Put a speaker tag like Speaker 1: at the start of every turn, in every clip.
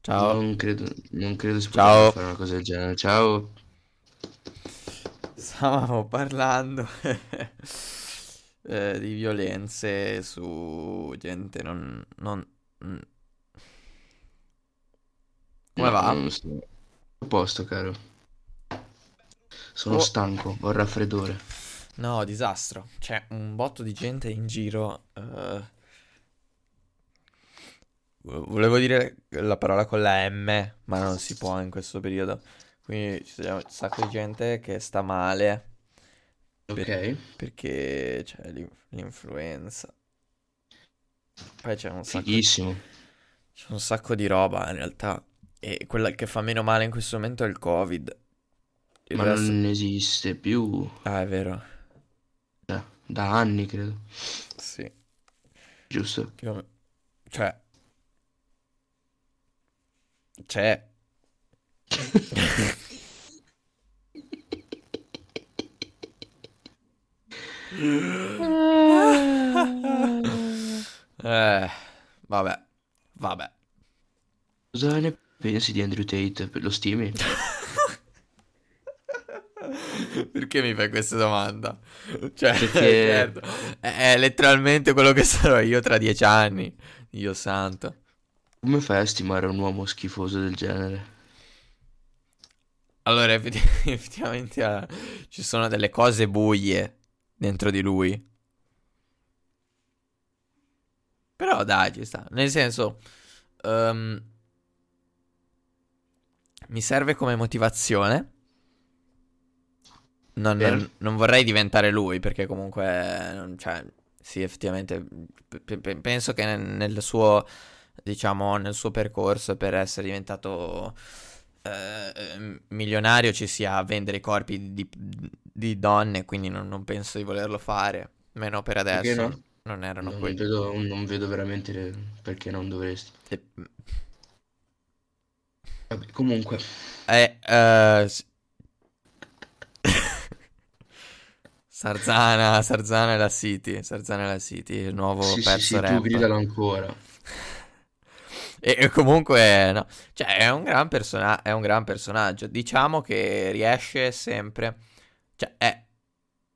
Speaker 1: Ciao.
Speaker 2: Non credo, non credo si potesse
Speaker 1: Ciao.
Speaker 2: fare una cosa del genere. Ciao.
Speaker 1: Stavamo parlando eh, di violenze su gente non... non... mm. Come
Speaker 2: No,
Speaker 1: va?
Speaker 2: non sto. A posto, caro. Sono
Speaker 1: Oh.
Speaker 2: stanco, ho il raffreddore.
Speaker 1: No, disastro. C'è un botto di gente in giro. eh. Vo- Volevo dire la parola con la M, ma non si può in questo periodo. Quindi c'è un sacco di gente che sta male per-
Speaker 2: Ok.
Speaker 1: perché c'è l'in- l'influenza. Poi c'è un sacco di...
Speaker 2: Fighissimo.
Speaker 1: C'è un sacco di roba in realtà. E quella che fa meno male in questo momento è il Covid. Il
Speaker 2: Ma
Speaker 1: resto...
Speaker 2: non esiste più.
Speaker 1: Ah, è vero.
Speaker 2: Da, da anni, credo.
Speaker 1: Sì.
Speaker 2: Giusto?
Speaker 1: Più o me- Cioè... C'è. Eh, vabbè. Vabbè.
Speaker 2: Cosa ne pensi di Andrew Tate? Lo stimi?
Speaker 1: Perché mi fai questa domanda? Cioè,
Speaker 2: Perché-
Speaker 1: certo, è, è letteralmente quello che sarò io tra dieci anni. Dio santo.
Speaker 2: Come fai a stimare un uomo schifoso del genere?
Speaker 1: Allora, effetti- effettivamente eh, ci sono delle cose buie dentro di lui. Però dai, ci sta. Nel senso, ehm, mi serve come motivazione. Non,
Speaker 2: Per?
Speaker 1: non- non vorrei diventare lui perché comunque, non- cioè, sì, effettivamente, pe- pe- penso che nel, nel suo, diciamo, nel suo percorso per essere diventato eh, milionario ci sia a vendere i corpi di, di donne, quindi non, non penso di volerlo fare, meno per
Speaker 2: Perché
Speaker 1: adesso,
Speaker 2: no?
Speaker 1: non erano
Speaker 2: Non
Speaker 1: quelli.
Speaker 2: vedo, non vedo veramente le- perché non dovresti.
Speaker 1: E-
Speaker 2: Vabbè, comunque,
Speaker 1: Eh, eh, s- Sarzana, Sarzana e la City, Sarzana e la City, il nuovo
Speaker 2: sì, sì,
Speaker 1: pezzo
Speaker 2: sì, tu
Speaker 1: rap.
Speaker 2: gridalo ancora.
Speaker 1: E, e comunque, no, cioè è un gran persona- è un gran personaggio, diciamo che riesce sempre, cioè è,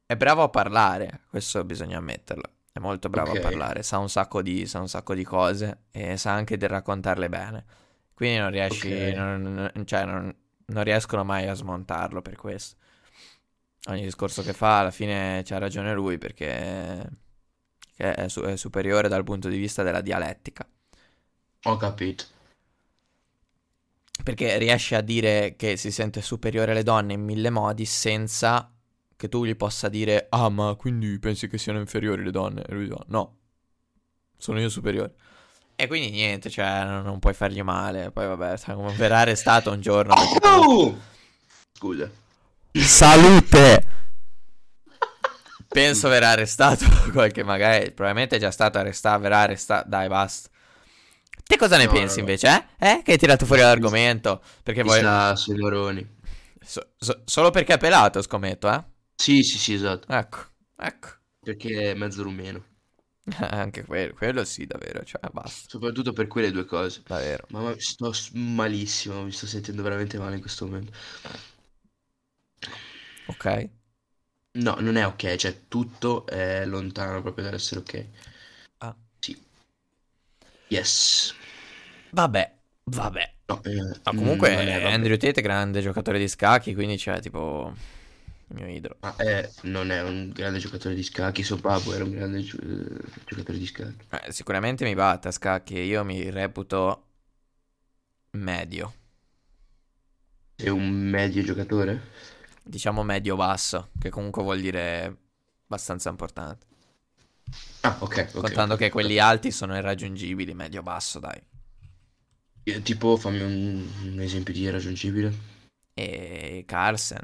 Speaker 1: è bravo a parlare, questo bisogna ammetterlo, è molto bravo a
Speaker 2: Ok.
Speaker 1: parlare, sa un sacco di, sa un sacco di cose e sa anche di raccontarle bene, quindi non riesci,
Speaker 2: Ok.
Speaker 1: non, non- cioè non, non riescono mai a smontarlo per questo. Ogni discorso che fa alla fine c'ha ragione lui perché che è su- è superiore dal punto di vista della dialettica.
Speaker 2: Ho capito.
Speaker 1: Perché riesce a dire che si sente superiore alle donne in mille modi senza che tu gli possa dire Ah, ma quindi pensi che siano inferiori le donne? E lui fa No, sono io superiore. E quindi niente, cioè, non, non puoi fargli male. Poi vabbè, sa come verrà arrestato un giorno. perché comunque-
Speaker 2: Oh! Scusa.
Speaker 1: Salute! Penso verrà arrestato qualche magari, probabilmente è già stato arrestato, verrà arrestato, dai basta. Te cosa ne
Speaker 2: No,
Speaker 1: pensi
Speaker 2: no, no.
Speaker 1: invece, eh? Eh? Che hai tirato fuori l'argomento? Perché
Speaker 2: Mi
Speaker 1: vuoi...
Speaker 2: sta sui moroni.
Speaker 1: So- so- solo perché è pelato, scommetto, eh?
Speaker 2: Sì, sì, sì, esatto.
Speaker 1: Ecco, ecco.
Speaker 2: Perché è mezzo rumeno.
Speaker 1: Anche quello, quello sì, davvero, cioè, basta,
Speaker 2: Soprattutto per quelle due cose.
Speaker 1: davvero.
Speaker 2: Mamma, sto s- malissimo, mi sto sentendo veramente male in questo momento.
Speaker 1: Ok.
Speaker 2: No, non è ok, cioè tutto è lontano proprio dall'essere ok.
Speaker 1: Ah.
Speaker 2: Sì. Yes.
Speaker 1: Vabbè, vabbè.
Speaker 2: No, eh,
Speaker 1: Ma
Speaker 2: mm,
Speaker 1: comunque
Speaker 2: non è, vabbè.
Speaker 1: Andrew Tate è grande giocatore di scacchi, quindi c'è tipo il mio idolo.
Speaker 2: Ma è- non è un grande giocatore di scacchi, suo babbo era un grande gio- eh, giocatore di scacchi.
Speaker 1: Eh, sicuramente mi batte a scacchi, io mi reputo medio,
Speaker 2: È un medio giocatore?
Speaker 1: diciamo medio-basso, che comunque vuol dire abbastanza importante.
Speaker 2: Ah, ok, ok.
Speaker 1: Contando
Speaker 2: ok.
Speaker 1: che quelli alti sono irraggiungibili, medio-basso, dai.
Speaker 2: Eh, Tipo, fammi un, un esempio di irraggiungibile.
Speaker 1: E Carlsen.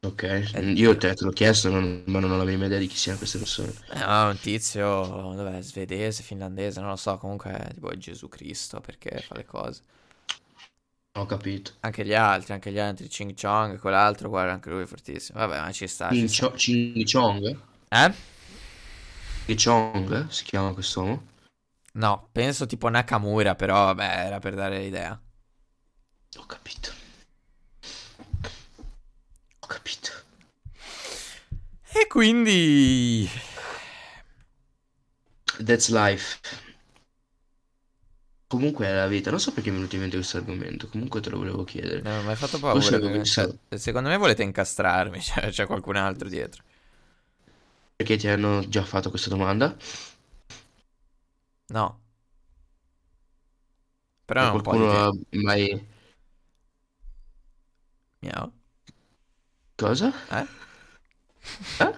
Speaker 2: Ok, io te, te l'ho chiesto, non- ma non ho la minima idea di chi siano queste persone.
Speaker 1: Eh, no, un tizio, dov'è, svedese, finlandese, non lo so, comunque è tipo Gesù Cristo perché fa le cose.
Speaker 2: Ho capito.
Speaker 1: Anche gli altri, anche gli altri, Ching Chong, quell'altro, guarda, anche lui è fortissimo. Vabbè, ma ci sta, ci
Speaker 2: Ching
Speaker 1: sta.
Speaker 2: Cho- Ching Chong?
Speaker 1: Eh?
Speaker 2: Ching Chong si chiama quest'uomo?
Speaker 1: No, penso tipo Nakamura, però vabbè, era per dare l'idea.
Speaker 2: Ho capito. Ho capito.
Speaker 1: E quindi...
Speaker 2: That's life. Comunque è la vita. Non so perché mi è venuto in mente questo argomento. Comunque te lo volevo chiedere.
Speaker 1: Non mi hai fatto
Speaker 2: Forse
Speaker 1: paura.
Speaker 2: avevo
Speaker 1: perché- cioè,
Speaker 2: pensato.
Speaker 1: Secondo me volete incastrarmi, cioè, c'è qualcun altro dietro.
Speaker 2: Perché ti hanno già fatto questa domanda?
Speaker 1: No. Però
Speaker 2: E
Speaker 1: non puoi
Speaker 2: qualcuno
Speaker 1: dire...
Speaker 2: ha mai...
Speaker 1: Miau.
Speaker 2: Cosa?
Speaker 1: Eh?
Speaker 2: Eh?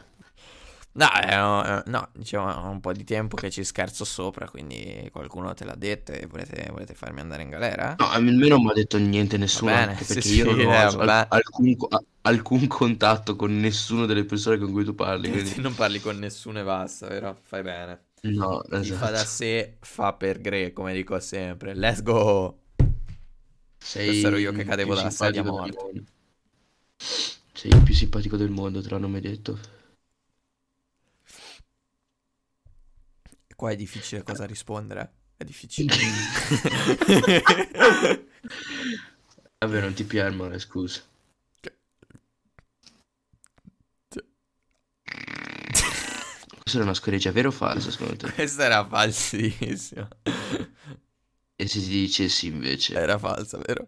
Speaker 1: No, eh, no, eh, no, diciamo, è un po' di tempo che ci scherzo sopra, quindi qualcuno te l'ha detto e volete, volete farmi andare in galera?
Speaker 2: No, almeno non mi ha detto niente nessuno,
Speaker 1: bene,
Speaker 2: anche
Speaker 1: sì,
Speaker 2: perché
Speaker 1: sì,
Speaker 2: io non ho
Speaker 1: eh,
Speaker 2: al-
Speaker 1: vabbè.
Speaker 2: alcun, co- a- alcun contatto con nessuno delle persone con cui tu parli, quindi
Speaker 1: Non parli con nessuno e basta, vero? Fai bene.
Speaker 2: no,
Speaker 1: Chi fa da
Speaker 2: esatto.
Speaker 1: sé fa per Gre, come dico sempre. Let's go!
Speaker 2: Sei
Speaker 1: ero io che
Speaker 2: il
Speaker 1: cadevo
Speaker 2: più
Speaker 1: dalla sedia
Speaker 2: simpatico del
Speaker 1: morto.
Speaker 2: mondo. Sei il più simpatico del mondo, te l'hanno mai detto.
Speaker 1: Qua è difficile cosa rispondere. eh. È difficile.
Speaker 2: Vabbè, non ti piarmare, scusa. Questa era una scoreggia, vero o falso, secondo te?
Speaker 1: Questa era falsissima.
Speaker 2: E se ti dicessi invece
Speaker 1: Era falsa, vero?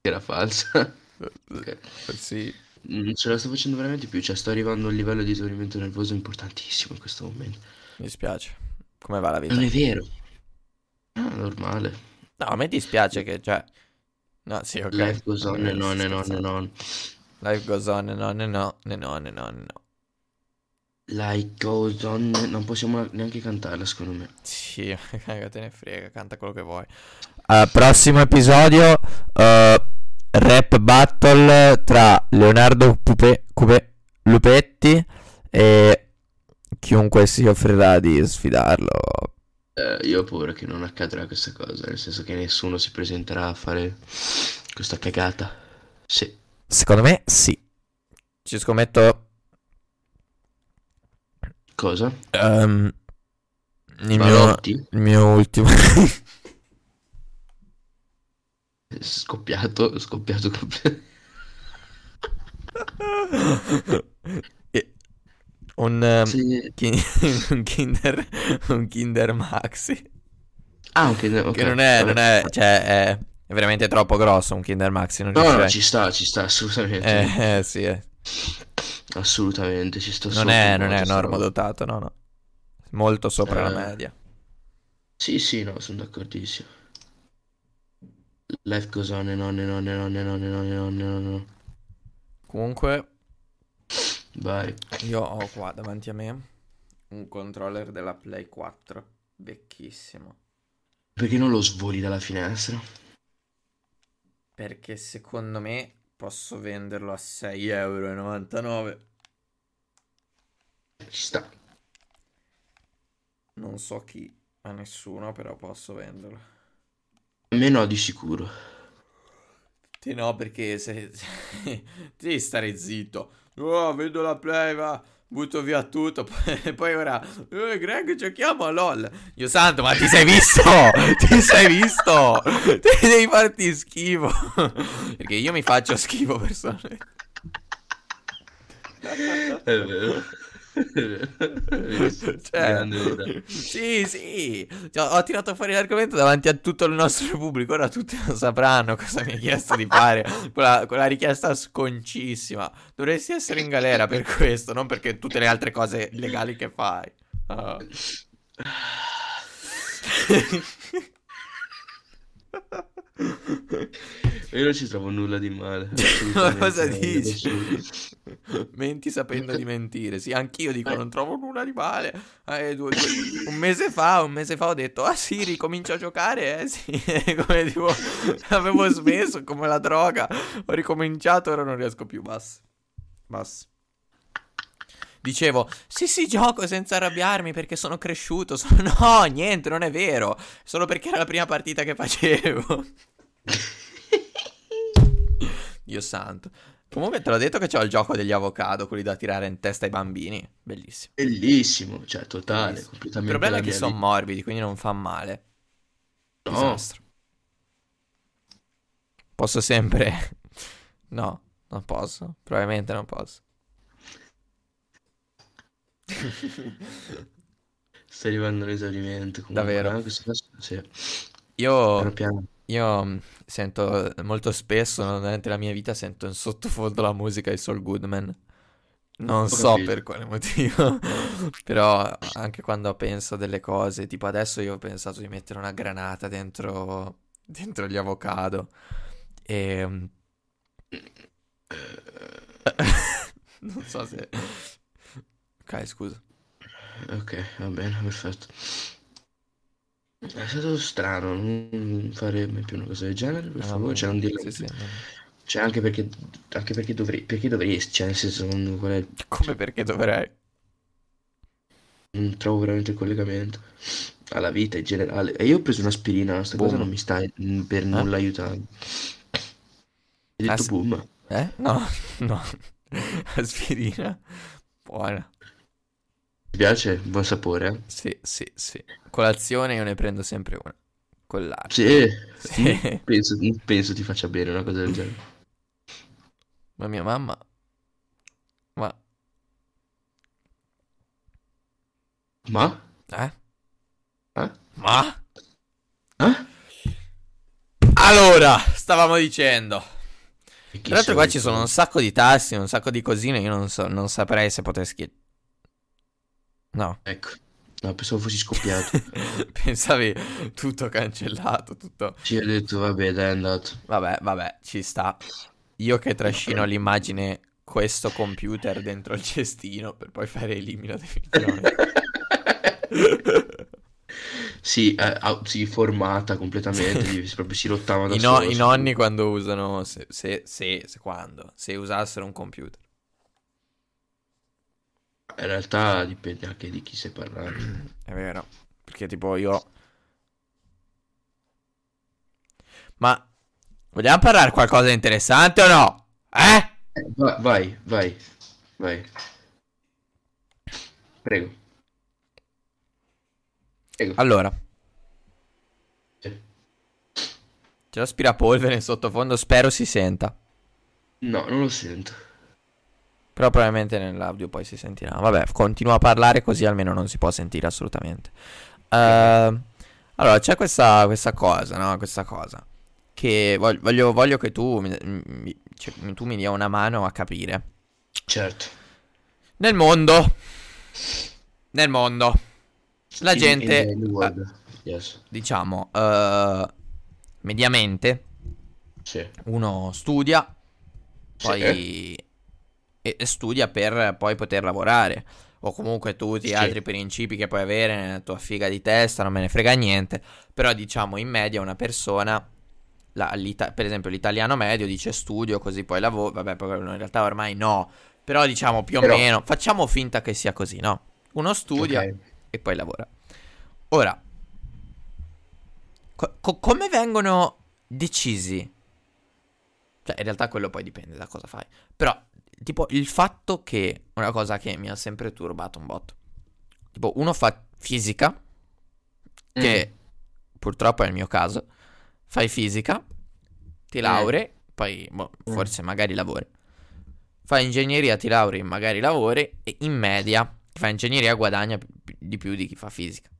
Speaker 2: che era falsa?
Speaker 1: Sì.
Speaker 2: Non ce la sto facendo veramente più, cioè sto arrivando a un livello di esaurimento nervoso importantissimo in questo momento.
Speaker 1: Mi dispiace. Come va la vita?
Speaker 2: Non è vero. Ah, normale.
Speaker 1: No, a me dispiace che, cioè... No, sì, ok.
Speaker 2: Life goes on
Speaker 1: Eh,
Speaker 2: and on
Speaker 1: sto
Speaker 2: and on and
Speaker 1: scherzando.
Speaker 2: on.
Speaker 1: Life goes on and on and on and on and on and on.
Speaker 2: Life goes on. Non possiamo neanche cantarla, secondo me.
Speaker 1: Sì, che te ne frega, canta quello che vuoi. Eh, prossimo episodio, eh, rap battle tra Leonardo Pupe- Cupe- Lupetti e chiunque si offrirà di sfidarlo.
Speaker 2: Eh, io ho paura che non accadrà questa cosa, nel senso che nessuno si presenterà a fare questa cagata. Sì.
Speaker 1: Secondo me sì. Ci scommetto
Speaker 2: Cosa?
Speaker 1: ehm, il, mio,
Speaker 2: Malotti?
Speaker 1: il mio ultimo...
Speaker 2: Scoppiato, scoppiato completamente.
Speaker 1: E- un, ehm,
Speaker 2: Sì.
Speaker 1: kin- un Kinder, un Kinder Maxi.
Speaker 2: Ah, ok, no,
Speaker 1: Che
Speaker 2: ok,
Speaker 1: non è,
Speaker 2: vabbè.
Speaker 1: non è, cioè, è, è veramente troppo grosso un Kinder Maxi, non
Speaker 2: No, no,
Speaker 1: riuscirei.
Speaker 2: ci sta, ci sta, assolutamente.
Speaker 1: Eh, eh, sì, eh.
Speaker 2: Assolutamente, ci sto
Speaker 1: Non
Speaker 2: sopra
Speaker 1: è, non
Speaker 2: un po'
Speaker 1: è
Speaker 2: questa roba.
Speaker 1: normodotato, no, no. Molto sopra la
Speaker 2: Eh.
Speaker 1: media.
Speaker 2: Sì, sì, no, sono d'accordissimo. Life goes on and on and on and on and on and on and on and on.
Speaker 1: Comunque,
Speaker 2: Vai.
Speaker 1: io ho qua davanti a me un controller della Play 4, vecchissimo.
Speaker 2: Perché non lo svoli dalla finestra?
Speaker 1: Perché secondo me posso venderlo a 6,99 euro.
Speaker 2: Ci sta.
Speaker 1: Non so chi, a nessuno, però posso venderlo.
Speaker 2: A me no, di sicuro.
Speaker 1: Sì, no, perché se... se- devi stare zitto. Oh, vedo la play, va, butto via tutto. Poi, poi ora, eh, Greg, giochiamo a LOL. Dio santo, ma ti sei visto? Ti sei visto? Te devi farti schifo. Perché io mi faccio schifo personalmente.
Speaker 2: È vero. Grande verità.
Speaker 1: Cioè, sì, sì. Cioè, ho tirato fuori l'argomento davanti a tutto il nostro pubblico. Ora tutti lo sapranno cosa mi hai chiesto di fare. Quella, quella richiesta sconcissima. Dovresti essere in galera per questo, non perché tutte le altre cose legali che fai. Ah.
Speaker 2: Io non ci trovo nulla di male.
Speaker 1: Ma
Speaker 2: assolutamente,
Speaker 1: cosa
Speaker 2: no, non è
Speaker 1: dici?
Speaker 2: assurdo.
Speaker 1: Menti sapendo di mentire. Sì, anch'io dico,
Speaker 2: Eh.
Speaker 1: non trovo nulla di male. Eh, due- due- un mese fa, un mese fa ho detto, ah sì, ricomincio a giocare, eh sì. come tipo, avevo smesso come la droga. Ho ricominciato, ora non riesco più, basta. Basta. Dicevo, sì sì, gioco senza arrabbiarmi perché sono cresciuto. sono- No, niente, non è vero. Solo perché era la prima partita che facevo. Dio santo. Comunque te l'ho detto che c'ho il gioco degli avocado, quelli da tirare in testa ai bambini. Bellissimo.
Speaker 2: Bellissimo, cioè totale,
Speaker 1: Bellissimo. Il
Speaker 2: completamente
Speaker 1: problema
Speaker 2: la
Speaker 1: è che
Speaker 2: mia
Speaker 1: sono morbidi, quindi non fa male.
Speaker 2: vita. No,
Speaker 1: Disastro. Posso sempre... No, non posso. Probabilmente non posso.
Speaker 2: sta arrivando all'esaurimento comunque.
Speaker 1: Davvero?
Speaker 2: eh, questo caso- sì, piano
Speaker 1: Io,
Speaker 2: piano.
Speaker 1: io mh, sento eh, molto spesso, durante la mia vita, sento in sottofondo la musica di Saul Goodman. Non so
Speaker 2: capito.
Speaker 1: per quale motivo, però anche quando penso delle cose, tipo adesso io ho pensato di mettere una granata dentro, dentro gli avocado e... mm, mh, Non so se... Ok, scusa.
Speaker 2: Ok, va bene, perfetto. È stato strano, non fare mai più una cosa del genere, per
Speaker 1: No,
Speaker 2: favore,
Speaker 1: ma-
Speaker 2: cioè non dirlo.
Speaker 1: Ah, sì, sì, non-
Speaker 2: Cioè anche perché, anche perché, dovrei, perché dovresti, cioè nel senso non, qual è,
Speaker 1: Come perché dovrei?
Speaker 2: non trovo veramente il collegamento alla vita in generale. E io ho preso un'aspirina, questa cosa
Speaker 1: Boom.
Speaker 2: non mi sta mm,
Speaker 1: Eh?
Speaker 2: per nulla aiutando. Hai
Speaker 1: Ah,
Speaker 2: detto
Speaker 1: sì.
Speaker 2: boom,
Speaker 1: Eh? No, no. Aspirina. Buona.
Speaker 2: ti piace? Buon sapore, eh?
Speaker 1: Sì, sì, sì. Colazione io ne prendo sempre una. Con l'acqua.
Speaker 2: Sì,
Speaker 1: Sì.
Speaker 2: penso, penso ti faccia bene una cosa del genere.
Speaker 1: Ma mia mamma... Ma...
Speaker 2: Ma?
Speaker 1: Eh?
Speaker 2: Eh?
Speaker 1: Ma?
Speaker 2: Eh?
Speaker 1: Allora, stavamo dicendo.
Speaker 2: E Eh? chi
Speaker 1: Tra l'altro qua
Speaker 2: sei
Speaker 1: ci
Speaker 2: tu?
Speaker 1: sono un sacco di tasti, un sacco di cosine, io non, so, non saprei se poter schi... No.
Speaker 2: Ecco, no, pensavo fossi scoppiato.
Speaker 1: Pensavi tutto cancellato, tutto...
Speaker 2: Ci ho detto, vabbè, dai, è andato.
Speaker 1: Vabbè, vabbè, ci sta. Io che trascino l'immagine questo computer dentro il cestino per poi fare elimina definitivamente.
Speaker 2: Sì, eh, au- sì, formata completamente, gli- proprio si rottava da
Speaker 1: I, no-
Speaker 2: solo.
Speaker 1: i nonni quando usano, se, se, se- se- quando, se usassero un computer.
Speaker 2: In realtà dipende anche di chi stai parlando.
Speaker 1: È vero, perché tipo io... Ma vogliamo parlare qualcosa di interessante o no? Eh?
Speaker 2: Eh, va- vai, vai, vai. Prego. Prego. Eh.
Speaker 1: Allora,
Speaker 2: Sì.
Speaker 1: c'è l'aspirapolvere in sottofondo, spero si senta.
Speaker 2: No, non lo sento.
Speaker 1: Però probabilmente nell'audio poi si sentirà. Vabbè, continua a parlare così almeno non si può sentire assolutamente. Ehm, allora, c'è questa, questa cosa, no? Questa cosa. Che voglio, voglio, voglio che tu mi, mi- cioè, tu mi dia una mano a capire.
Speaker 2: Certo.
Speaker 1: Nel mondo. Nel mondo. La
Speaker 2: In-
Speaker 1: gente-
Speaker 2: in the world. Yes.
Speaker 1: Diciamo, eh, mediamente
Speaker 2: Sì.
Speaker 1: uno studia,
Speaker 2: Sì. Eh.
Speaker 1: poi e, e studia per poi poter lavorare. O comunque tutti gli
Speaker 2: Sì.
Speaker 1: altri principi che puoi avere nella tua figa di testa, non me ne frega niente. Però diciamo in media una persona, la- l'ita- per esempio l'italiano medio dice studio così poi lavoro, vabbè poi in realtà ormai no. Però diciamo più o
Speaker 2: Però-
Speaker 1: meno, facciamo finta che sia così, no? Uno studia
Speaker 2: Ok.
Speaker 1: e poi lavora. Ora, co- co- come vengono decisi? Cioè, in realtà quello poi dipende da cosa fai. Però, tipo, il fatto che una cosa che mi ha sempre turbato un botto. Tipo, uno fa fisica, che purtroppo è il mio caso. Fai fisica, ti laurei, poi boh,
Speaker 2: Mm.
Speaker 1: forse magari lavori. Fai ingegneria, ti laurei, magari lavori e in media chi fa ingegneria guadagna pi- pi- di più di chi fa fisica.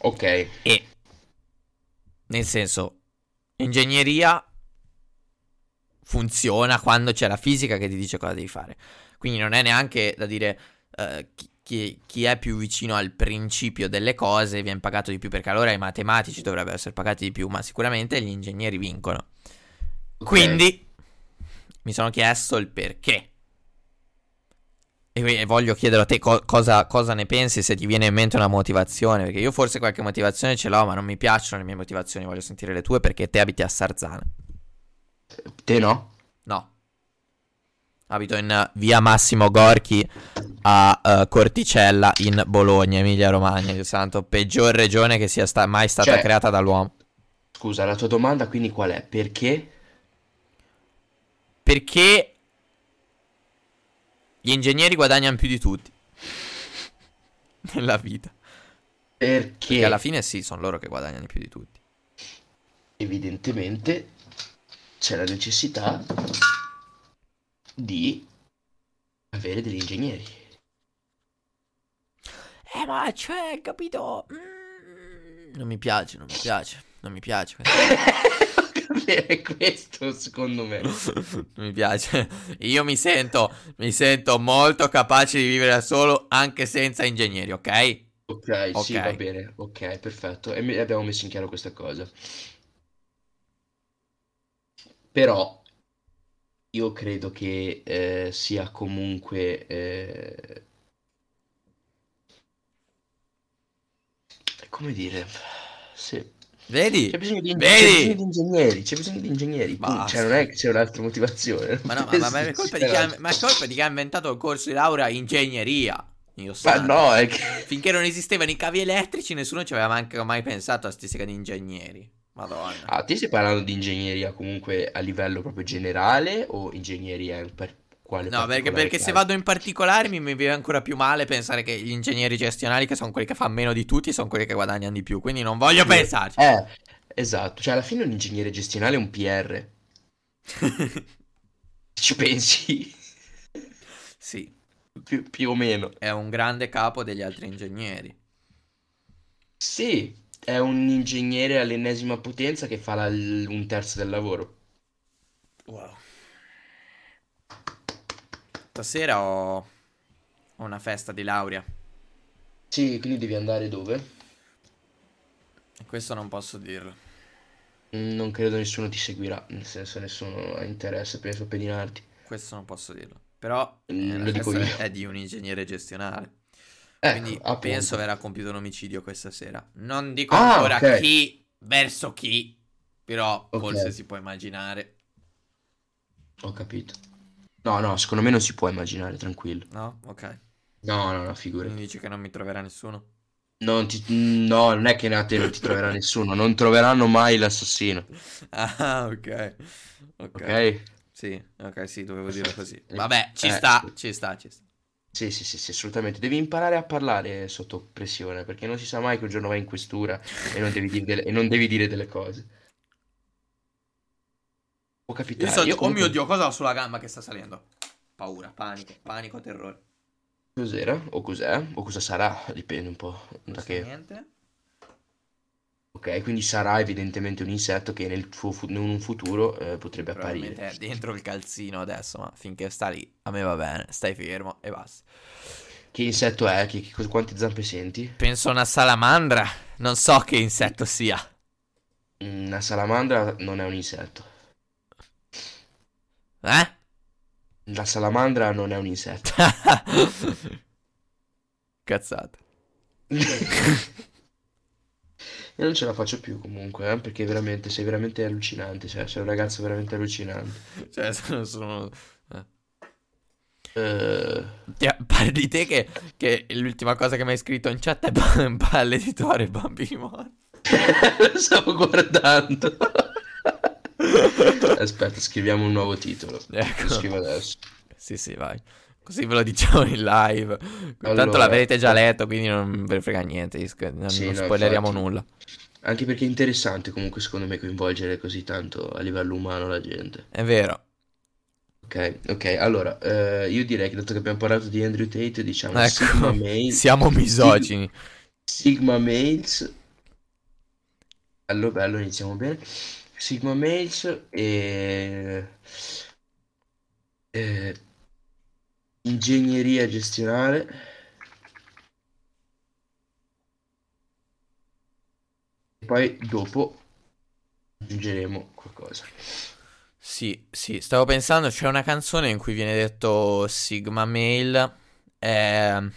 Speaker 2: Ok.
Speaker 1: E nel senso, ingegneria funziona quando c'è la fisica che ti dice cosa devi fare. Quindi non è neanche da dire eh, chi, chi- chi è più vicino al principio delle cose viene pagato di più, perché allora i matematici dovrebbero essere pagati di più, ma sicuramente gli ingegneri vincono.
Speaker 2: Ok.
Speaker 1: Quindi mi sono chiesto il perché. E e voglio chiedere a te co- cosa, cosa ne pensi, se ti viene in mente una motivazione, perché io forse qualche motivazione ce l'ho, ma non mi piacciono le mie motivazioni, voglio sentire le tue perché te abiti a Sarzana.
Speaker 2: Te no?
Speaker 1: No. Abito in eh, via Massimo Gorchi a eh, Corticella in Bologna, Emilia Romagna, Dio santo, peggior regione che sia sta- mai stata
Speaker 2: Cioè-
Speaker 1: creata dall'uomo.
Speaker 2: Scusa, la tua domanda quindi qual è? Perché?
Speaker 1: Perché gli ingegneri guadagnano più di tutti nella vita. Perché alla
Speaker 2: Perché
Speaker 1: fine sì, sono loro che guadagnano più di tutti.
Speaker 2: evidentemente c'è la necessità di avere degli ingegneri.
Speaker 1: Eh, ma cioè, capito? Mm, non mi piace, non mi piace, non mi piace. questo.
Speaker 2: È questo secondo me.
Speaker 1: Non mi piace. Io mi sento, mi sento molto capace di vivere da solo anche senza ingegneri, ok?
Speaker 2: Ok, sì,
Speaker 1: Ok.
Speaker 2: va bene, ok, perfetto. E me- abbiamo messo in chiaro questa cosa. Però io credo che eh, sia comunque... eh, come dire? Sì.
Speaker 1: Vedi?
Speaker 2: C'è bisogno di,
Speaker 1: Vedi?
Speaker 2: c'è bisogno di ingegneri, c'è bisogno di ingegneri. punto.
Speaker 1: Basta.
Speaker 2: Cioè, non è che c'è un'altra motivazione. Cioè,
Speaker 1: Ma no, ma, ma- ma è colpa di chi ha,
Speaker 2: Sinceramente.
Speaker 1: ma è colpa di chi ha inventato il corso di laurea in ingegneria. Io
Speaker 2: Ma
Speaker 1: santo.
Speaker 2: no, è che...
Speaker 1: Finché non esistevano i cavi elettrici, nessuno ci aveva manco mai pensato a stistica di ingegneri. Madonna.
Speaker 2: Ah, ti stai parlando di ingegneria comunque a livello proprio generale o ingegneria in per quale
Speaker 1: No, perché,
Speaker 2: particolare
Speaker 1: perché se
Speaker 2: caso?
Speaker 1: vado in particolare mi, mi viene ancora più male pensare che gli ingegneri gestionali, che sono quelli che fanno meno di tutti, sono quelli che guadagnano di più. Quindi non voglio pensarci.
Speaker 2: Eh, esatto, cioè alla fine un ingegnere gestionale è un PR. Ci pensi?
Speaker 1: sì,
Speaker 2: Più, più o meno.
Speaker 1: è un grande capo degli altri ingegneri.
Speaker 2: Sì, è un ingegnere all'ennesima potenza che fa la- l- un terzo del lavoro.
Speaker 1: Wow. Stasera ho, ho una festa di laurea.
Speaker 2: Sì, quindi devi andare dove?
Speaker 1: E questo non posso dirlo.
Speaker 2: Mm, Non credo nessuno ti seguirà, nel senso nessuno ha interesse, penso, a pedinarti.
Speaker 1: Questo non posso dirlo. Però eh,
Speaker 2: Mm,
Speaker 1: la
Speaker 2: lo dico
Speaker 1: festa
Speaker 2: io.
Speaker 1: è di un ingegnere gestionale.
Speaker 2: Ecco,
Speaker 1: Quindi
Speaker 2: appunto.
Speaker 1: penso verrà compiuto un omicidio questa sera. Non dico
Speaker 2: Ah,
Speaker 1: ancora
Speaker 2: ok.
Speaker 1: chi verso chi, però
Speaker 2: Ok.
Speaker 1: forse si può immaginare,
Speaker 2: Ho capito. No, no, secondo me non si può immaginare, tranquillo.
Speaker 1: no? Ok.
Speaker 2: No, no, no, figurati.
Speaker 1: Quindi dici che non mi troverà nessuno.
Speaker 2: Non ti- no, non è che a te non ti troverà nessuno, non troveranno mai l'assassino,
Speaker 1: Ah, ok. Ok.
Speaker 2: ok?
Speaker 1: Sì, ok, sì, dovevo
Speaker 2: Perfetto.
Speaker 1: dirlo così.
Speaker 2: Eh,
Speaker 1: Vabbè, ci
Speaker 2: eh,
Speaker 1: sta,
Speaker 2: sì.
Speaker 1: ci sta, ci sta.
Speaker 2: Sì, sì, sì, sì, assolutamente. Devi imparare a parlare sotto pressione, perché non si sa mai che un giorno vai in questura e non devi dire delle, e non devi dire delle cose. Può
Speaker 1: Io
Speaker 2: capitare.
Speaker 1: so-
Speaker 2: Io
Speaker 1: oh mio
Speaker 2: comunque-
Speaker 1: Dio, cosa ho sulla gamba che sta salendo? Paura, panico, panico, terrore.
Speaker 2: Cos'era? O cos'è? O cosa sarà? Dipende un po' da
Speaker 1: Questo
Speaker 2: che...
Speaker 1: niente.
Speaker 2: Ok, quindi sarà evidentemente un insetto che nel suo fu- in un futuro eh, potrebbe apparire.
Speaker 1: Probabilmente è dentro il calzino adesso, ma finché sta lì, a me va bene, stai fermo e basta.
Speaker 2: Che insetto è? Che, che- quante zampe senti?
Speaker 1: Penso a una salamandra, non so che insetto sia.
Speaker 2: Una salamandra non è un insetto.
Speaker 1: Eh?
Speaker 2: La salamandra non è un insetto.
Speaker 1: Cazzate.
Speaker 2: Io non ce la faccio più comunque, eh, perché veramente sei veramente allucinante, cioè sei un ragazzo veramente allucinante.
Speaker 1: Cioè, sono... sono...
Speaker 2: Eh,
Speaker 1: Ti- parli cioè, di te che, che l'ultima cosa che mi hai scritto in chat è ba- palle di tore e bambini morti.
Speaker 2: lo stavo guardando. Aspetta, scriviamo un nuovo titolo. Lo scrivo
Speaker 1: Ecco.
Speaker 2: adesso.
Speaker 1: Sì, sì, vai. Così ve lo diciamo in live. Tanto
Speaker 2: Allora.
Speaker 1: l'avrete già letto, quindi non ve ne frega niente. sc- Non,
Speaker 2: Sì,
Speaker 1: non
Speaker 2: no,
Speaker 1: spoileriamo
Speaker 2: infatti.
Speaker 1: nulla.
Speaker 2: Anche perché è interessante comunque secondo me coinvolgere così tanto a livello umano la gente.
Speaker 1: È vero.
Speaker 2: Ok, ok, allora eh, io direi che dato che abbiamo parlato di Andrew Tate, diciamo Sigma
Speaker 1: Ecco.
Speaker 2: Male,
Speaker 1: Siamo misogini.
Speaker 2: Sigma Males, bello bello, iniziamo bene. Sigma Males e e ingegneria gestionale. E poi dopo aggiungeremo qualcosa.
Speaker 1: Sì, sì, stavo pensando, c'è una canzone in cui viene detto Sigma Male. Ehm,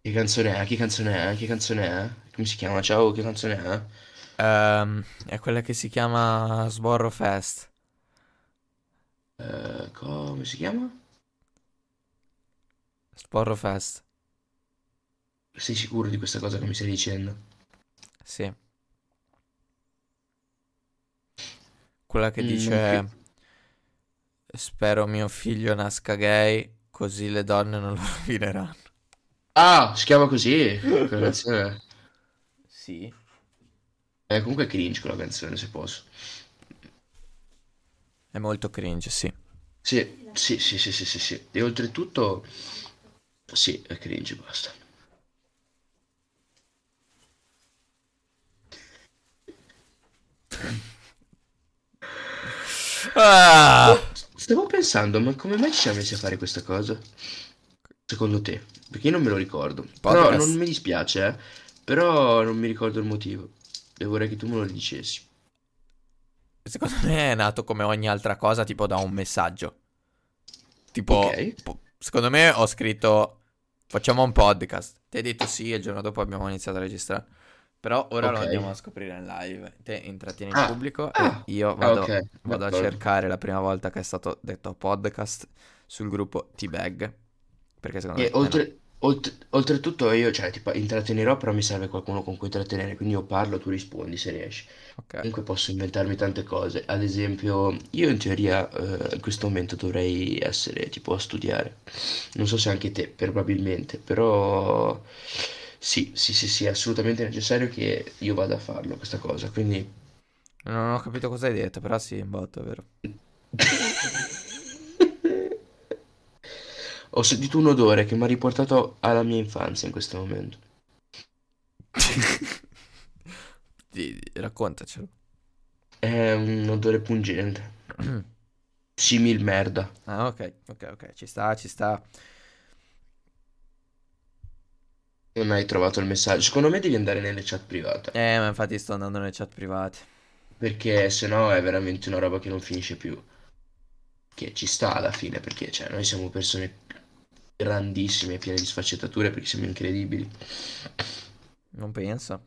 Speaker 2: Che canzone è? Che canzone è? Che canzone è? Come si chiama? Ciao, che canzone è?
Speaker 1: ehm, è quella che si chiama Sborro Fest.
Speaker 2: Eh, come si chiama?
Speaker 1: Sborro Fest,
Speaker 2: Sei sicuro di questa cosa che mi stai dicendo?
Speaker 1: sì. Quella che
Speaker 2: Mm, non
Speaker 1: dice...
Speaker 2: credo.
Speaker 1: Spero mio figlio nasca gay, così le donne non lo rovineranno.
Speaker 2: Ah, si chiama così quella canzone.
Speaker 1: Sì.
Speaker 2: Eh, comunque è cringe quella canzone, se posso.
Speaker 1: È molto cringe, sì.
Speaker 2: Sì, sì, sì, sì, sì, sì, sì. E oltretutto, sì, è cringe, basta.
Speaker 1: Ah!
Speaker 2: Stavo pensando, ma come mai ci siamo messi a fare questa cosa? Secondo te? Perché io non me lo ricordo. Però
Speaker 1: Podcast.
Speaker 2: non mi dispiace, eh. Però non mi ricordo il motivo. E vorrei che tu me lo dicessi.
Speaker 1: Secondo me è nato come ogni altra cosa, tipo da un messaggio. Tipo,
Speaker 2: Ok.
Speaker 1: po- secondo me ho scritto facciamo un podcast. Ti hai detto sì e il giorno dopo abbiamo iniziato a registrare. Però ora
Speaker 2: Ok.
Speaker 1: lo andiamo a scoprire in live. Te intrattieni il
Speaker 2: Ah.
Speaker 1: pubblico
Speaker 2: Ah.
Speaker 1: e io
Speaker 2: Ah,
Speaker 1: vado,
Speaker 2: ok.
Speaker 1: vado a
Speaker 2: D'accordo.
Speaker 1: cercare la prima volta che è stato detto podcast sul gruppo T-Bag. Perché secondo
Speaker 2: E
Speaker 1: me...
Speaker 2: oltre- oltre- oltretutto io, cioè, tipo, intrattenerò, però mi serve qualcuno con cui intrattenere, quindi io parlo, tu rispondi se riesci.
Speaker 1: Ok.
Speaker 2: Comunque posso inventarmi tante cose, ad esempio, io in teoria eh, in questo momento dovrei essere tipo a studiare, non so se anche te, probabilmente, però sì, sì, sì, sì, è assolutamente necessario che io vada a farlo questa cosa, quindi
Speaker 1: Non ho capito cosa hai detto, però sì, in botto, vero?
Speaker 2: ho sentito un odore che mi ha riportato alla mia infanzia in questo momento.
Speaker 1: Di- di- Raccontacelo.
Speaker 2: È un odore pungente, simil merda.
Speaker 1: Ah, ok, ok, ok, ci sta, ci sta.
Speaker 2: Non hai trovato il messaggio. Secondo me devi andare nelle chat private.
Speaker 1: Eh, ma infatti sto andando nelle chat private.
Speaker 2: Perché sennò è veramente una roba che non finisce più. Che ci sta alla fine, perché cioè, noi siamo persone grandissime, piene di sfaccettature, perché siamo incredibili.
Speaker 1: Non penso.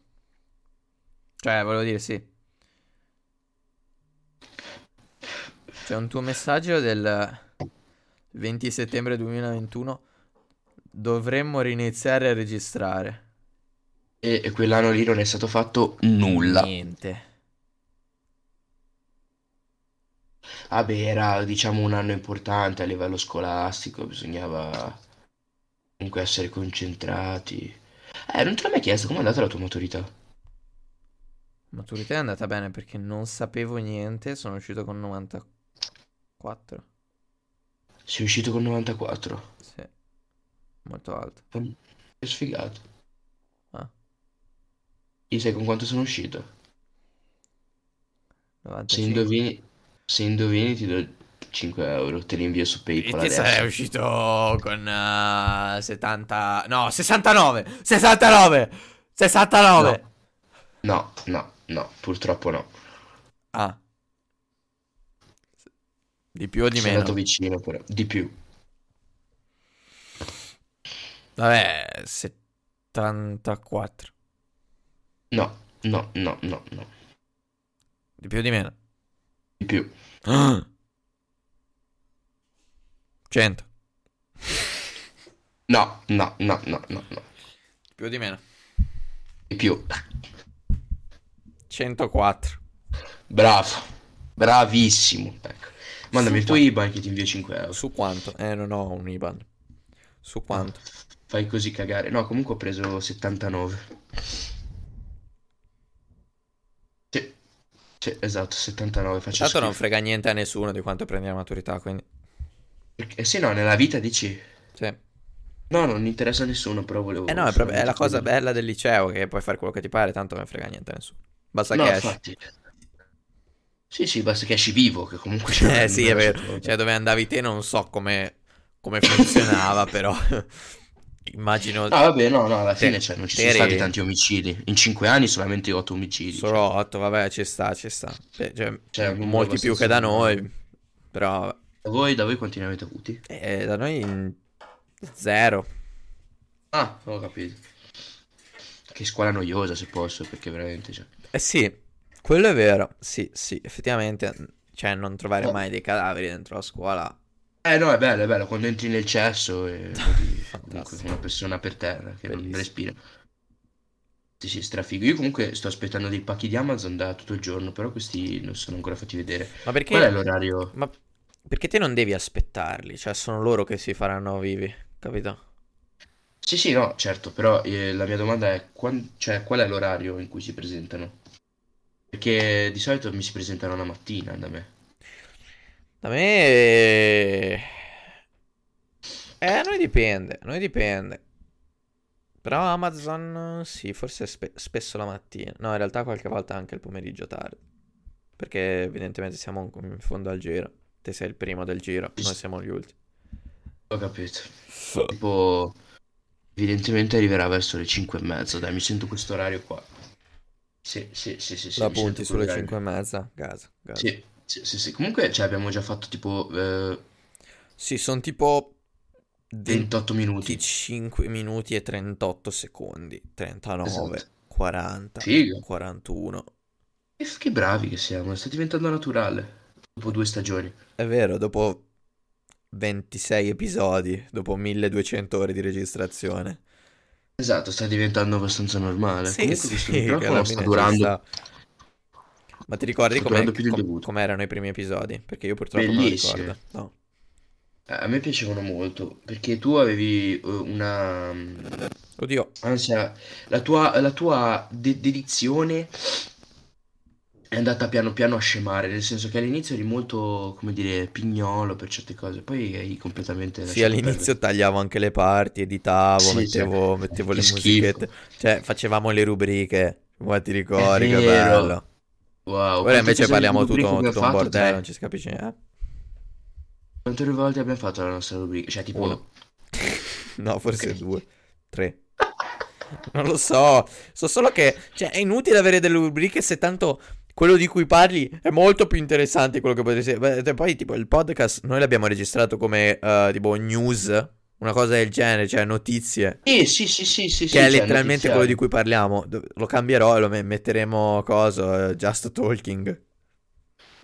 Speaker 1: Cioè, volevo dire sì. C'è un tuo messaggio del 20 settembre 2021. Dovremmo riniziare a registrare.
Speaker 2: E, e quell'anno lì non è stato fatto nulla.
Speaker 1: Niente.
Speaker 2: Vabbè, era diciamo un anno importante a livello scolastico, bisognava comunque essere concentrati. Eh, non te l'ho mai chiesto, com'è andata la tua maturità?
Speaker 1: Maturità è andata bene perché non sapevo niente. Sono uscito con 94.
Speaker 2: Sei uscito con 94.
Speaker 1: Sì. Molto alto.
Speaker 2: Che sfigato.
Speaker 1: Ah,
Speaker 2: Io sai con quanto sono uscito? Se
Speaker 1: 95.
Speaker 2: indovini, se indovini ti do 5 euro, te li invio su
Speaker 1: E
Speaker 2: PayPal
Speaker 1: te
Speaker 2: adesso.
Speaker 1: sei uscito con eh, 70... No, 69! 69! 69!
Speaker 2: No. No, no, no, purtroppo no.
Speaker 1: Ah. Di più o di
Speaker 2: Sono
Speaker 1: meno?
Speaker 2: andato vicino però, di più.
Speaker 1: Vabbè, 74.
Speaker 2: No, no, no, no, no,
Speaker 1: Di più o di meno?
Speaker 2: di più.
Speaker 1: 100.
Speaker 2: No, no, no, no, no, no,
Speaker 1: Di più o di meno?
Speaker 2: di più.
Speaker 1: 104.
Speaker 2: Bravo, bravissimo. Ecco. Mandami il tuo
Speaker 1: Super.
Speaker 2: IBAN che ti invio 5 euro.
Speaker 1: Su quanto? Eh, non ho un IBAN. Su quanto?
Speaker 2: Ah, Fai così cagare. No, comunque ho preso 79. Sì, sì, esatto, 79, faccio
Speaker 1: Tanto non
Speaker 2: schifo.
Speaker 1: frega niente a nessuno di quanto prende la maturità, quindi...
Speaker 2: Perché- se no, nella vita dici...
Speaker 1: Sì.
Speaker 2: No, non interessa a nessuno, però volevo...
Speaker 1: Eh no, è, proprio- è la
Speaker 2: solamente
Speaker 1: cosa
Speaker 2: quello.
Speaker 1: bella del liceo che puoi fare quello che ti pare, tanto non frega niente a nessuno. Basta
Speaker 2: No, cioè,
Speaker 1: che esci.
Speaker 2: infatti. Sì, sì, basta che esci vivo, che comunque...
Speaker 1: Eh sì, è vero. Cioè, dove andavi te non so come, come funzionava, però immagino
Speaker 2: No, Ah, vabbè, no, no, alla
Speaker 1: Te-
Speaker 2: fine cioè, non ci
Speaker 1: te
Speaker 2: sono stati
Speaker 1: eri-
Speaker 2: tanti omicidi. In 5 anni solamente 8 omicidi.
Speaker 1: solo 8, vabbè, ci sta, ci sta. Beh, cioè,
Speaker 2: Cioè, è un numero
Speaker 1: molti più che da
Speaker 2: abbastanza-
Speaker 1: noi, però
Speaker 2: Da voi, da voi quanti ne avete avuti?
Speaker 1: eh, da noi mm, zero.
Speaker 2: Ah, ho capito. Che scuola noiosa, se posso, perché veramente... Cioè...
Speaker 1: Eh sì, quello è vero. Sì, sì, effettivamente, cioè, non trovare
Speaker 2: Eh.
Speaker 1: mai dei cadaveri dentro la scuola.
Speaker 2: Eh no, è bello, è bello, quando entri nel cesso e vedi comunque
Speaker 1: Fantastico.
Speaker 2: una persona per terra che non
Speaker 1: Bellissimo.
Speaker 2: respira. Sì, sì, strafigo. Io comunque sto aspettando dei pacchi di Amazon da tutto il giorno, però questi non sono ancora fatti vedere.
Speaker 1: Ma perché?
Speaker 2: Qual è l'orario?
Speaker 1: Ma Perché te non devi aspettarli, cioè sono loro che si faranno vivi, capito?
Speaker 2: Sì, sì, no, certo, però eh, la mia domanda è quan- cioè, qual è l'orario in cui si presentano? Perché di solito mi si presentano la mattina da me.
Speaker 1: Da me... Eh, a noi dipende, a noi dipende. Però Amazon sì, forse spe- spesso la mattina. No, in realtà qualche volta anche il pomeriggio tardi. Perché evidentemente siamo in in fondo al giro. Te sei il primo del giro, noi siamo gli ultimi.
Speaker 2: Ho capito. Tipo, evidentemente arriverà verso le 5 e mezza, dai, mi sento questo orario qua. Sì, sì, sì, sì, sì,
Speaker 1: La
Speaker 2: mi sento
Speaker 1: punti sulle 5
Speaker 2: quell'orario.
Speaker 1: e mezza, casa, casa.
Speaker 2: Sì, sì, sì, sì. Comunque, cioè, abbiamo già fatto tipo eh,
Speaker 1: Sì, sono tipo
Speaker 2: 28 minuti.
Speaker 1: 25 minuti e 38 secondi, 39,
Speaker 2: Esatto.
Speaker 1: 40,
Speaker 2: Figo.
Speaker 1: 41.
Speaker 2: Che, che bravi che siamo, sta diventando naturale. Dopo due stagioni.
Speaker 1: È vero, dopo 26 episodi, dopo 1200 ore di registrazione.
Speaker 2: Esatto, sta diventando abbastanza normale.
Speaker 1: Sì,
Speaker 2: Comunque
Speaker 1: sì,
Speaker 2: questo
Speaker 1: che alla
Speaker 2: microfono sta
Speaker 1: fine ci
Speaker 2: durando,
Speaker 1: sta. Ma ti ricordi
Speaker 2: sta
Speaker 1: com'è,
Speaker 2: durando più del
Speaker 1: com-
Speaker 2: dovuto.
Speaker 1: com'erano i primi episodi? Perché io purtroppo me lo
Speaker 2: Bellissime.
Speaker 1: ricordo. No.
Speaker 2: Eh, A me piacevano molto, perché tu avevi eh, una... mm,
Speaker 1: Oddio,
Speaker 2: Ansia, Eh, cioè, la tua, la tua de- dedizione è andata piano piano a scemare, nel senso che all'inizio eri molto, come dire, pignolo per certe cose, poi hai
Speaker 1: sì,
Speaker 2: completamente lasciato perdere.
Speaker 1: all'inizio tagliavo anche le parti, editavo,
Speaker 2: Sì, cioè,
Speaker 1: mettevo, mettevo le
Speaker 2: che schifo.
Speaker 1: musichette, cioè facevamo le rubriche. Ma ti
Speaker 2: È
Speaker 1: ricordi che
Speaker 2: vero.
Speaker 1: bello.
Speaker 2: Wow,
Speaker 1: Ora
Speaker 2: quante
Speaker 1: invece
Speaker 2: cose di
Speaker 1: parliamo
Speaker 2: rubriche
Speaker 1: tutto,
Speaker 2: abbiamo
Speaker 1: tutto un
Speaker 2: fatto? cioè,
Speaker 1: bordello, non
Speaker 2: Tre.
Speaker 1: ci si capisce, eh?
Speaker 2: Quante volte abbiamo fatto la nostra rubrica? Cioè,
Speaker 1: Uno.
Speaker 2: tipo...
Speaker 1: No, forse
Speaker 2: Ok.
Speaker 1: due, tre. Non lo so. So solo che, cioè, è inutile avere delle rubriche se tanto quello di cui parli è molto più interessante di quello che potresti. Beh, e poi, tipo, il podcast noi l'abbiamo registrato come, eh, tipo, news, una cosa del genere, cioè notizie.
Speaker 2: Sì, sì, sì, sì, sì,
Speaker 1: Che
Speaker 2: sì,
Speaker 1: è
Speaker 2: cioè,
Speaker 1: letteralmente quello di
Speaker 2: notiziario.
Speaker 1: cui parliamo. Do- Lo cambierò e lo me- metteremo, coso, eh, Just Talking.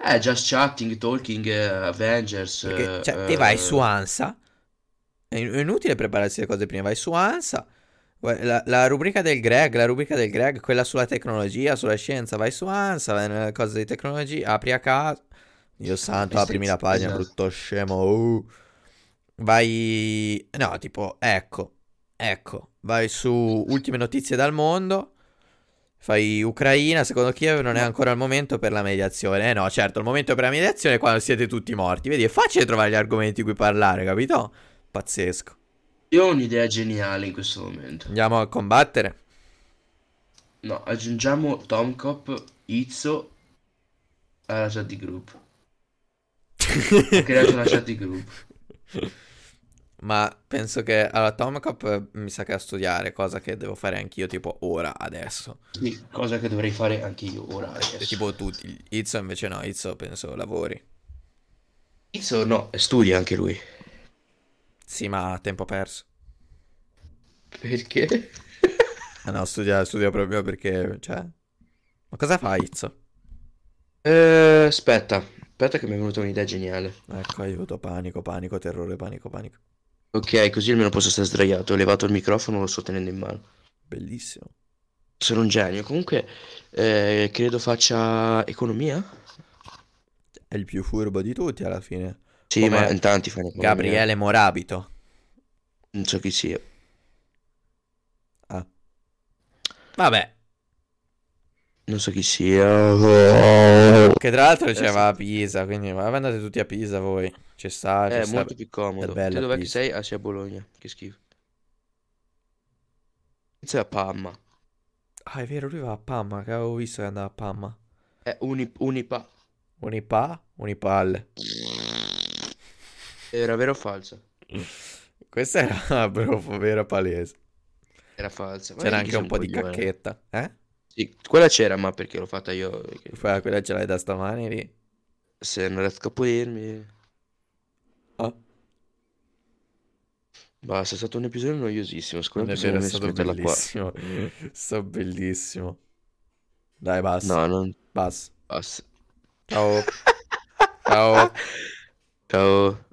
Speaker 2: Eh, Just Chatting, Talking, eh, Avengers,
Speaker 1: Perché,
Speaker 2: eh,
Speaker 1: cioè, te vai su
Speaker 2: eh,
Speaker 1: Ansa. È in- è inutile prepararsi le cose prima. Vai su Ansa. guai- La, la rubrica del Greg, la rubrica del Greg, quella sulla tecnologia, sulla scienza. Vai su Ansa, vai nelle cose di tecnologia. Apri a caso. Dio santo, aprimi la
Speaker 2: esatto,
Speaker 1: pagina,
Speaker 2: esatto.
Speaker 1: brutto scemo. uh. Vai. No, tipo, ecco. Ecco. Vai su Ultime notizie dal mondo. Fai Ucraina, secondo Kiev non è
Speaker 2: Ma-
Speaker 1: ancora il momento per la mediazione. Eh no, certo, il momento per la mediazione è quando siete tutti morti. Vedi, è facile trovare gli argomenti di cui parlare, capito? Pazzesco.
Speaker 2: Io ho un'idea geniale in questo momento.
Speaker 1: Andiamo a combattere.
Speaker 2: No, aggiungiamo Tom Cop, Izzo alla chat di gruppo. Ho creato una chat di gruppo.
Speaker 1: Ma penso che allora, Tomcop eh, mi sa che è a studiare, cosa che devo fare anch'io tipo ora, adesso.
Speaker 2: Sì, cosa che dovrei fare anche io ora
Speaker 1: E
Speaker 2: adesso.
Speaker 1: tipo tutti. Izzo invece no, Izzo penso lavori.
Speaker 2: Izzo no, studia anche lui.
Speaker 1: Sì, ma a tempo perso.
Speaker 2: Perché?
Speaker 1: Ah no, studia, studia proprio perché, cioè... Ma cosa fa Izzo?
Speaker 2: Eh, aspetta, aspetta che mi è venuta un'idea geniale.
Speaker 1: Ecco, aiuto, panico, panico, terrore, panico, panico.
Speaker 2: Ok, così almeno posso stare sdraiato. Ho levato il microfono, lo sto tenendo in mano.
Speaker 1: Bellissimo.
Speaker 2: Sono un genio. Comunque, eh, credo faccia economia?
Speaker 1: È il più furbo di tutti alla fine.
Speaker 2: Sì, ma
Speaker 1: Come
Speaker 2: in tanti fanno economia.
Speaker 1: Gabriele Morabito.
Speaker 2: Non so chi sia.
Speaker 1: Ah. Vabbè,
Speaker 2: Non so chi sia.
Speaker 1: che tra l'altro
Speaker 2: Eh,
Speaker 1: diceva
Speaker 2: sì.
Speaker 1: a Pisa, quindi ma andate tutti a Pisa voi. Ci sta, ci
Speaker 2: È
Speaker 1: Ah, sta.
Speaker 2: Eh, molto più
Speaker 1: È
Speaker 2: comodo. Te
Speaker 1: bella
Speaker 2: dov'è che
Speaker 1: Pisa.
Speaker 2: sei? Ah, sei a Bologna. Che schifo. Inizia a Parma.
Speaker 1: Ah, è vero, lui va a Pamma, che avevo visto che andava a Pamma.
Speaker 2: È uni, Unipa.
Speaker 1: Unipa, Unipal.
Speaker 2: Era vero o falsa?
Speaker 1: Questa era proprio vera palese.
Speaker 2: Era falsa. Ma
Speaker 1: C'era
Speaker 2: vedi che
Speaker 1: anche
Speaker 2: sei
Speaker 1: un
Speaker 2: un
Speaker 1: po' di
Speaker 2: coglione.
Speaker 1: cacchetta, eh?
Speaker 2: Sì, quella c'era, ma perché l'ho fatta io. perché
Speaker 1: Fa- Quella ce l'hai da stamani lì.
Speaker 2: Se non riesco a pulirmi.
Speaker 1: Ah,
Speaker 2: Basta, è stato un episodio noiosissimo.
Speaker 1: non
Speaker 2: Sicuramente
Speaker 1: è
Speaker 2: possiamo
Speaker 1: vero, è
Speaker 2: smetterla
Speaker 1: stato
Speaker 2: smetterla qua.
Speaker 1: bellissimo. Sto bellissimo. Dai, basta.
Speaker 2: No, non.
Speaker 1: Basta.
Speaker 2: Basta.
Speaker 1: Ciao. Ciao.
Speaker 2: Ciao.